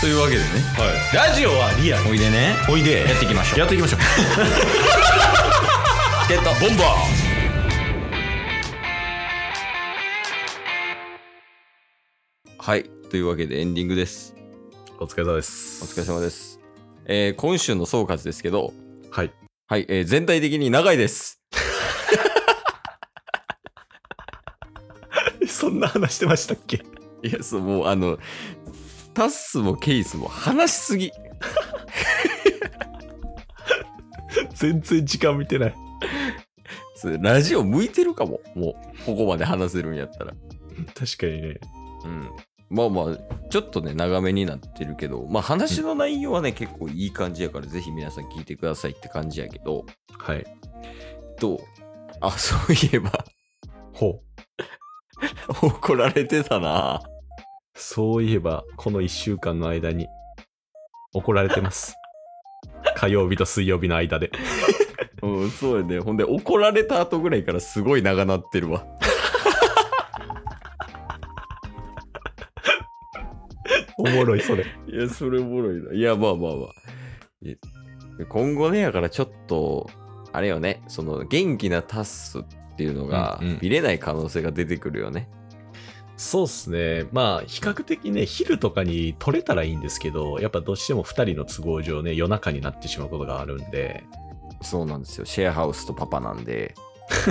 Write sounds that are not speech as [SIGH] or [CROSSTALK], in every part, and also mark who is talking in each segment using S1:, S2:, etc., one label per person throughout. S1: というわけでね
S2: ラジオはリアル
S1: おいでね
S2: おいで
S1: やっていきましょう
S2: やっていきましょう
S1: チケットボンバーはいというわけでエンディングです
S2: お疲れ様で
S1: お
S2: す
S1: 疲れ様です、えー、今週の総括ですけど
S2: はい
S1: はい、えー、全体的に長いです
S2: [LAUGHS] そんな話してましたっけ [LAUGHS]
S1: いやそうもうあのタッスもケイスも話しすぎ
S2: 全然時間見てない
S1: それラジオ向いてるかももうここまで話せるんやったら
S2: 確かにね
S1: うんまあまあちょっとね長めになってるけどまあ話の内容はね、結構いい感じやからぜひ皆さん聞いてくださいって感じやけど
S2: はい
S1: とあそういえば [LAUGHS]
S2: ほう
S1: 怒られてたな
S2: そういえばこの1週間の間に怒られてます [LAUGHS] 火曜日と水曜日の間で
S1: うんそうやねほんで怒られた後ぐらいからすごい長なってるわ
S2: おもろいそれ
S1: いや、それおもろいな。いや、まあまあまあ。え今後ね、やからちょっと、あれよね、その元気なタッスっていうのが
S2: うんうん
S1: 見れない可能性が出てくるよね。
S2: そうっすね。まあ、比較的ね、昼とかに撮れたらいいんですけど、やっぱどうしても二人の都合上ね、夜中になってしまうことがあるんで、
S1: そうなんですよ。シェアハウスとパパなんで。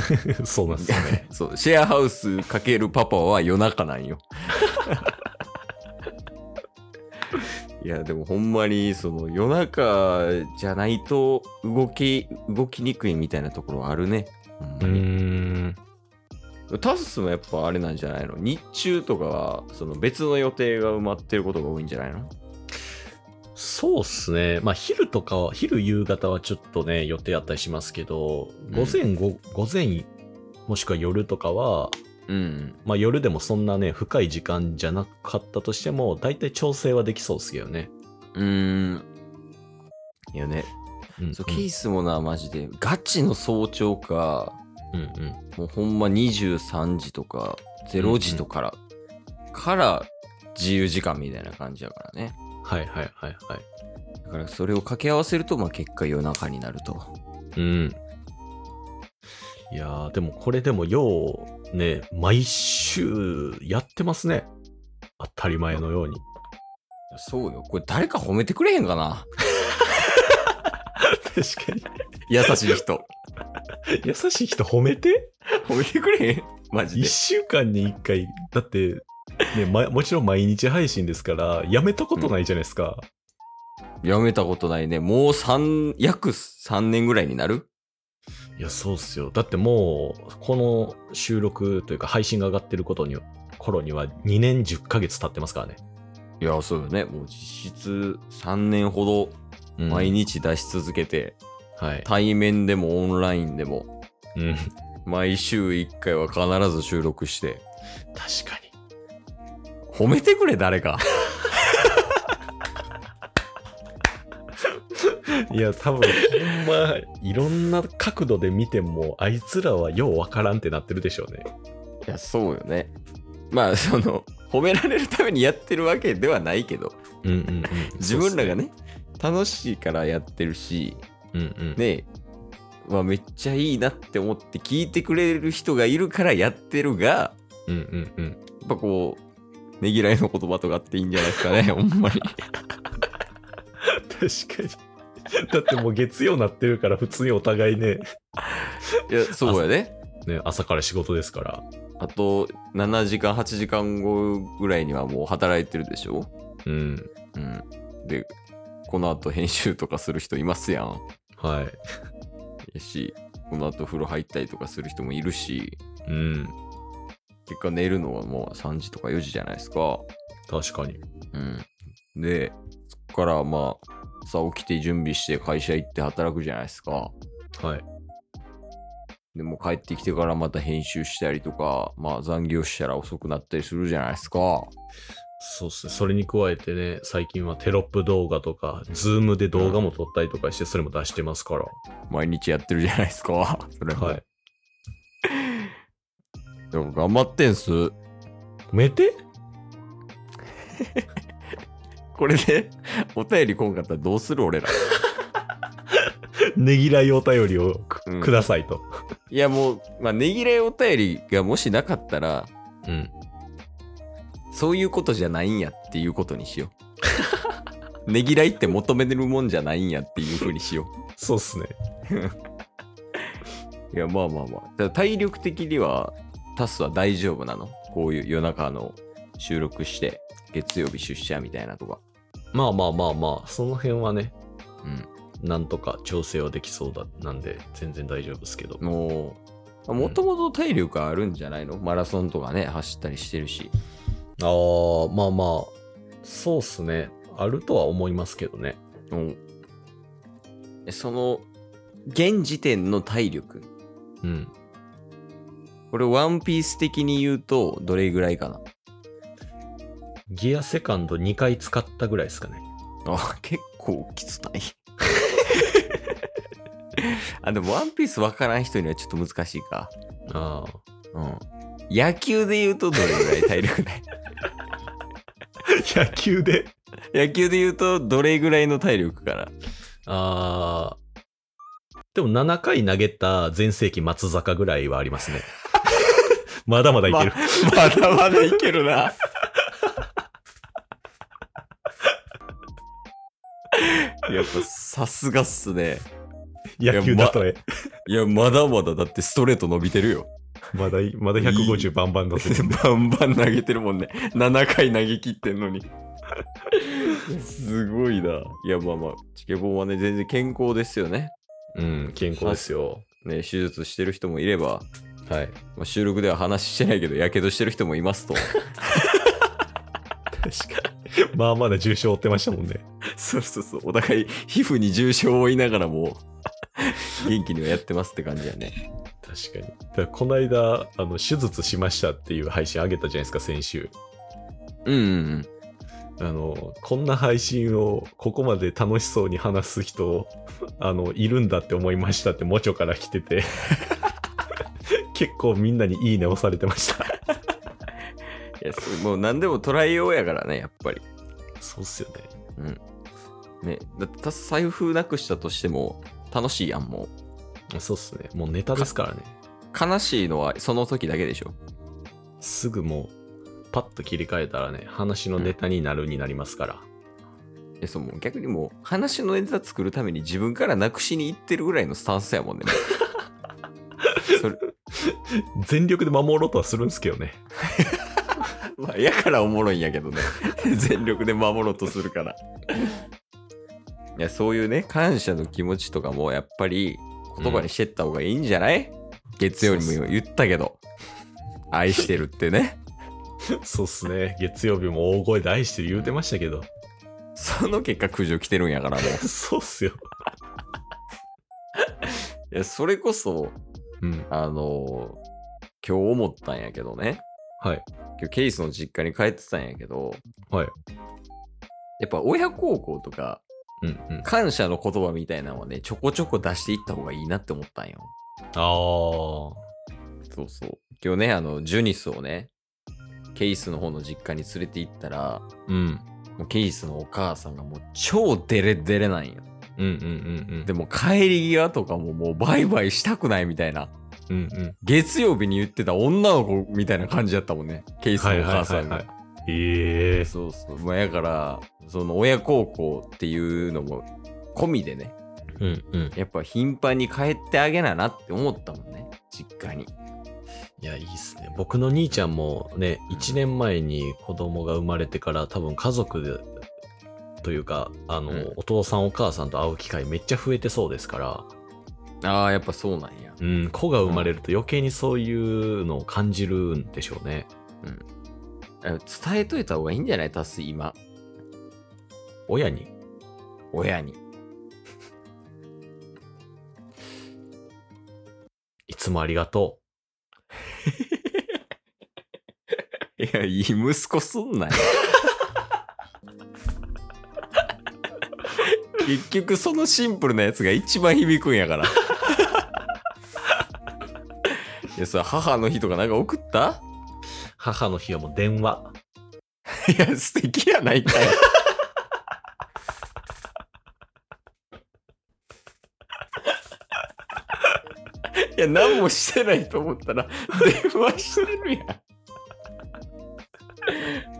S2: [LAUGHS] そうなんですよ [LAUGHS] ね。
S1: そう、シェアハウスかけるパパは夜中なん [LAUGHS] よ。いや、でもほんまに、その夜中じゃないと動き、動きにくいみたいなところはあるね。ほんま
S2: うー
S1: に
S2: ん。
S1: タスもやっぱあれなんじゃないの日中とかはその別の予定が埋まってることが多いんじゃないの
S2: そうっすね。まあ、昼とかは、昼夕方はちょっとね、予定あったりしますけど、午前、午午前、もしくは夜とかは、
S1: うん。
S2: まあ、夜でもそんなね、深い時間じゃなかったとしても、大体調整はできそうっすけどね。
S1: うーん。いやね。
S2: うん。
S1: そうケースもな、マジで。ガチの早朝か、
S2: うんうん。
S1: もうほんま23時とか、0時とから、から自由時間みたいな感じだからね。
S2: はいはいはいはい。
S1: だからそれを掛け合わせると、まあ結果夜中になると。
S2: うん。いやー、でもこれでもよう、ね、毎週やってますね。当たり前のように。 [LAUGHS]
S1: そうよ。これ誰か褒めてくれへんかな
S2: 確かに。
S1: 優しい人。
S2: 優しい人褒めて
S1: [LAUGHS] 褒めてくれへんマジ
S2: ?1
S1: で。
S2: 週間に1回。だって、ね、ま、もちろん毎日配信ですから、やめたことないじゃないですか。
S1: やめたことないね。もう3、約3年ぐらいになる
S2: いや、そうっすよ。だってもう、この収録というか配信が上がってることに、頃には2年10ヶ月経ってますからね。
S1: いや、そうよね。もう実質3年ほ
S2: う
S1: ど
S2: ん
S1: 毎日出し続けて、
S2: はい。
S1: 対面でもオンラインでも、
S2: うん。
S1: 毎週1回は必ず収録して、
S2: 確かに。
S1: 褒めてくれ、誰か。
S2: いや、多分、ほんま、いろんな角度で見ても、あいつらはようわからんってなってるでしょうね。
S1: [LAUGHS] いや、そうよね。まあ、その、褒められるためにやってるわけではないけど、
S2: うんうんうん。
S1: 自分らが。ね、楽しいからやってるし、
S2: うんうん。
S1: ねまあ、めっちゃいいなって思って聞いてくれる人がいるからやってるが、
S2: うんうんうん。
S1: やっぱこう、ねぎらいの言葉とかっていいんじゃないです [LAUGHS] かね、ほんまに。
S2: [LAUGHS] 確かに。だってもう月曜なってるから、普通にお互いね、
S1: いや、そうやね。
S2: ね、朝から仕事ですから。
S1: あと、7時間、8時間後ぐらいにはもう働いてるでしょ
S2: うん。
S1: うん。で、この後編集とかする人いますやん。
S2: はい。
S1: やし、この後風呂入ったりとかする人もいるし、
S2: うん。
S1: 結果寝るのはもう3時とか4時じゃないですか。
S2: 確かに。
S1: うん。で、そっからまあ、さ起きて準備して会社行って働くじゃないですか。
S2: はい。
S1: でも帰ってきてからまた編集したりとか、まあ残業したら遅くなったりするじゃないですか。
S2: そうっすね。それに加えてね、最近はテロップ動画とか、ズームで動画も撮ったりとかして、それも出してますから。
S1: 毎日やってるじゃないですか。 [LAUGHS] それも。
S2: はい。
S1: でも頑張ってんす。
S2: めて
S1: これで [LAUGHS] お便り来んかったらどうする俺ら。
S2: [LAUGHS] ねぎらいお便りをく,、
S1: うん
S2: ださいと。
S1: いやもう、まあ、ねぎらいお便りがもしなかったら、
S2: うん。
S1: そういうことじゃないんやっていうことにしよう。 [LAUGHS] ねぎらいって求めてるもんじゃないんやっていうふうにしよ
S2: そうっすね。
S1: う。いや、まあまあまあ。ただ体力的には、タスは大丈夫なのこういう夜中の収録して、月曜日出社みたいなとか。
S2: まあまあまあまあ、その辺はね、
S1: うん。
S2: なんとか調整はできそうだなんで、全然大丈夫ですけど。
S1: もう、もともと体力あるんじゃないのマラソンとかね、走ったりしてるし。
S2: ああ、まあまあ、そうっすね。あるとは思いますけどね。
S1: うんえその、現時点の体力。
S2: うん。
S1: これ、ワンピース的に言うと、どれぐらいかな
S2: ギアセカンド2回使ったぐらいですかね。
S1: あ、結構きつない。 [LAUGHS] あ、でも、ワンピースわからん人にはちょっと難しいか。
S2: あ
S1: うん。野球で言うと、どれぐらい体力ない
S2: [LAUGHS] あ。野球で
S1: 野球で言うと、どれぐらいの体力かな
S2: ああ。でも7回投げた全盛期松坂ぐらいはあり [LAUGHS] ますね。まだまだいける。
S1: まだまだいけるな。
S2: [LAUGHS]
S1: やっぱさすがっすね。
S2: 野球だとえ。
S1: いや、まだまだだってストレート伸びてるよ。
S2: まだい、まだ150バンバンだぜ。
S1: [LAUGHS] バンバン投げてるもんね。7回投げ切ってんのに。すごいな。いや、まあまあ、チケボンはね、全然健康ですよね。
S2: うん、健康ですよ。
S1: ね、手術してる人もいれば、
S2: はい。
S1: まあ、収録では話してないけど、やけどしてる人もいますと。
S2: 確かに。まあまだ重傷負ってましたもんね。
S1: [LAUGHS] そうそうそう。お互い皮膚に重傷を負いながらも元気にはやってますって感じやね。
S2: 確かに。だからこの間、あの、手術しましたっていう配信あげたじゃないですか、先週。
S1: うんうん
S2: あの、こんな配信をここまで楽しそうに話す人、 [LAUGHS] あの、いるんだって思いましたって、もちょから来て [LAUGHS] て。結構みんなにいいね押されてました。
S1: いやそうもう何でも捉えようやからねやっぱり。
S2: そうっすよね。
S1: ね、だってた財布なくしたとしても楽しいやんもう。
S2: そうっすね。もうネタですからね。
S1: 悲しいのはその時だけでしょ。
S2: すぐもう、パッと切り替えたらね、話のネタになるになりますから。
S1: いやそうもう逆にもう話のネタ作るために自分からなくしに行ってるぐらいのスタンスやもんね。も [LAUGHS] うそれ
S2: 全力で守ろうとはするんですけどね。
S1: [LAUGHS] まあ、やからおもろいんやけどね。 [LAUGHS] 全力で守ろうとするから。いや、そういうね、感謝の気持ちとかも、やっぱり、言葉にしてった方がいいんじゃない、月曜にも言ったけど。愛してるってね。 [LAUGHS]
S2: そうっすね。月曜日も大声で愛してる言うてましたけど。
S1: その結果、苦情来てるんやから、もう。
S2: [LAUGHS] そうっすよ。
S1: いや、それこそ、
S2: うん。
S1: あのー今日思ったんやけどね。
S2: はい。
S1: 今日、ケイスの実家に帰ってたんやけど、
S2: はい。
S1: やっぱ親孝行とか、
S2: うんうん。
S1: 感謝の言葉みたいなのはね、ちょこちょこ出していった方がいいなって思ったんよ。
S2: ああ。
S1: そうそう。今日ね、あの、ジュニスをね、ケイスの方の実家に連れて行ったら、
S2: うん。
S1: もうケイスのお母さんがもう超デレデレなんよ。
S2: うんうんうんうん。
S1: でも帰り際とかももうバイバイしたくないみたいな。
S2: うんうん。
S1: 月曜日に言ってた女の子みたいな感じだったもんね。ケイスのお母さんが。
S2: い。ええ
S1: そうそう。まあ、やから、その親孝行っていうのも込みでね、
S2: うんうん。
S1: やっぱ頻繁に帰ってあげななって思ったもんね。実家に。
S2: いや、いいっすね。僕の兄ちゃんもね、1年前に子供が生まれてから多分家族で、というか、あの、
S1: うん
S2: お父さんお母さんと会う機会めっちゃ増えてそうですから、
S1: ああ、やっぱそうなんや。
S2: うん、子が生まれると余計にそういうのを感じるんでしょうね。
S1: あの伝えといた方がいいんじゃないタス今。
S2: 親に。
S1: 親に。
S2: いつもありがと
S1: いや、いい息子すんなよ。結局そのシンプルなやつが一番響くんやから。いやさ、母の日とかなんか送った
S2: う。母の日はもう電話。
S1: いや、素敵やないかい。や、何もしてないと思ったら、電話してるやん。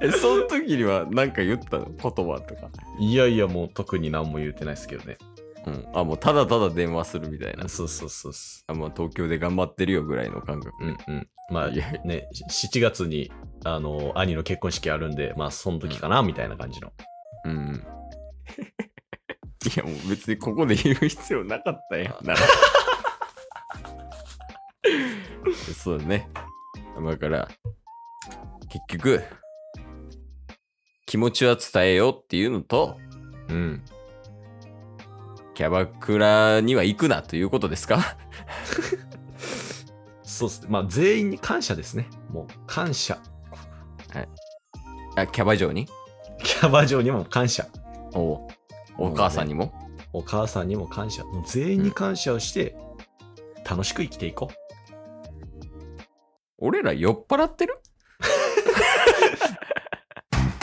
S1: え、その時には何か言ったの言葉とか。
S2: いやいや、もう特に何も言うてないですけどね。
S1: うん。あ、もうただただ電話するみたいな。
S2: そうそうそうそ
S1: あ、もう東京で頑張ってるよぐらいの感覚。
S2: う。うんうん。まあ
S1: いやいや
S2: ね、し7月に、あの、兄の結婚式あるんで、まあ、その時かな、みたいな感じの。
S1: うん。 [LAUGHS] いや、もう別にここで言う必要なかったや [LAUGHS] ん。ならそうだね。だから、結局、気持ちは伝えようっていうのと、
S2: うん。
S1: キャバクラには行くなということですか [LAUGHS]
S2: そうっすね。まあ、全員に感謝ですね。もう、感謝。 [LAUGHS]
S1: あキャバ嬢に
S2: キャバ嬢にも感謝。
S1: おうお母さんにも
S2: お母さんにも感謝。もう全員に感謝をして、楽しく生きていこう。
S1: 俺ら酔っ払ってる [LAUGHS]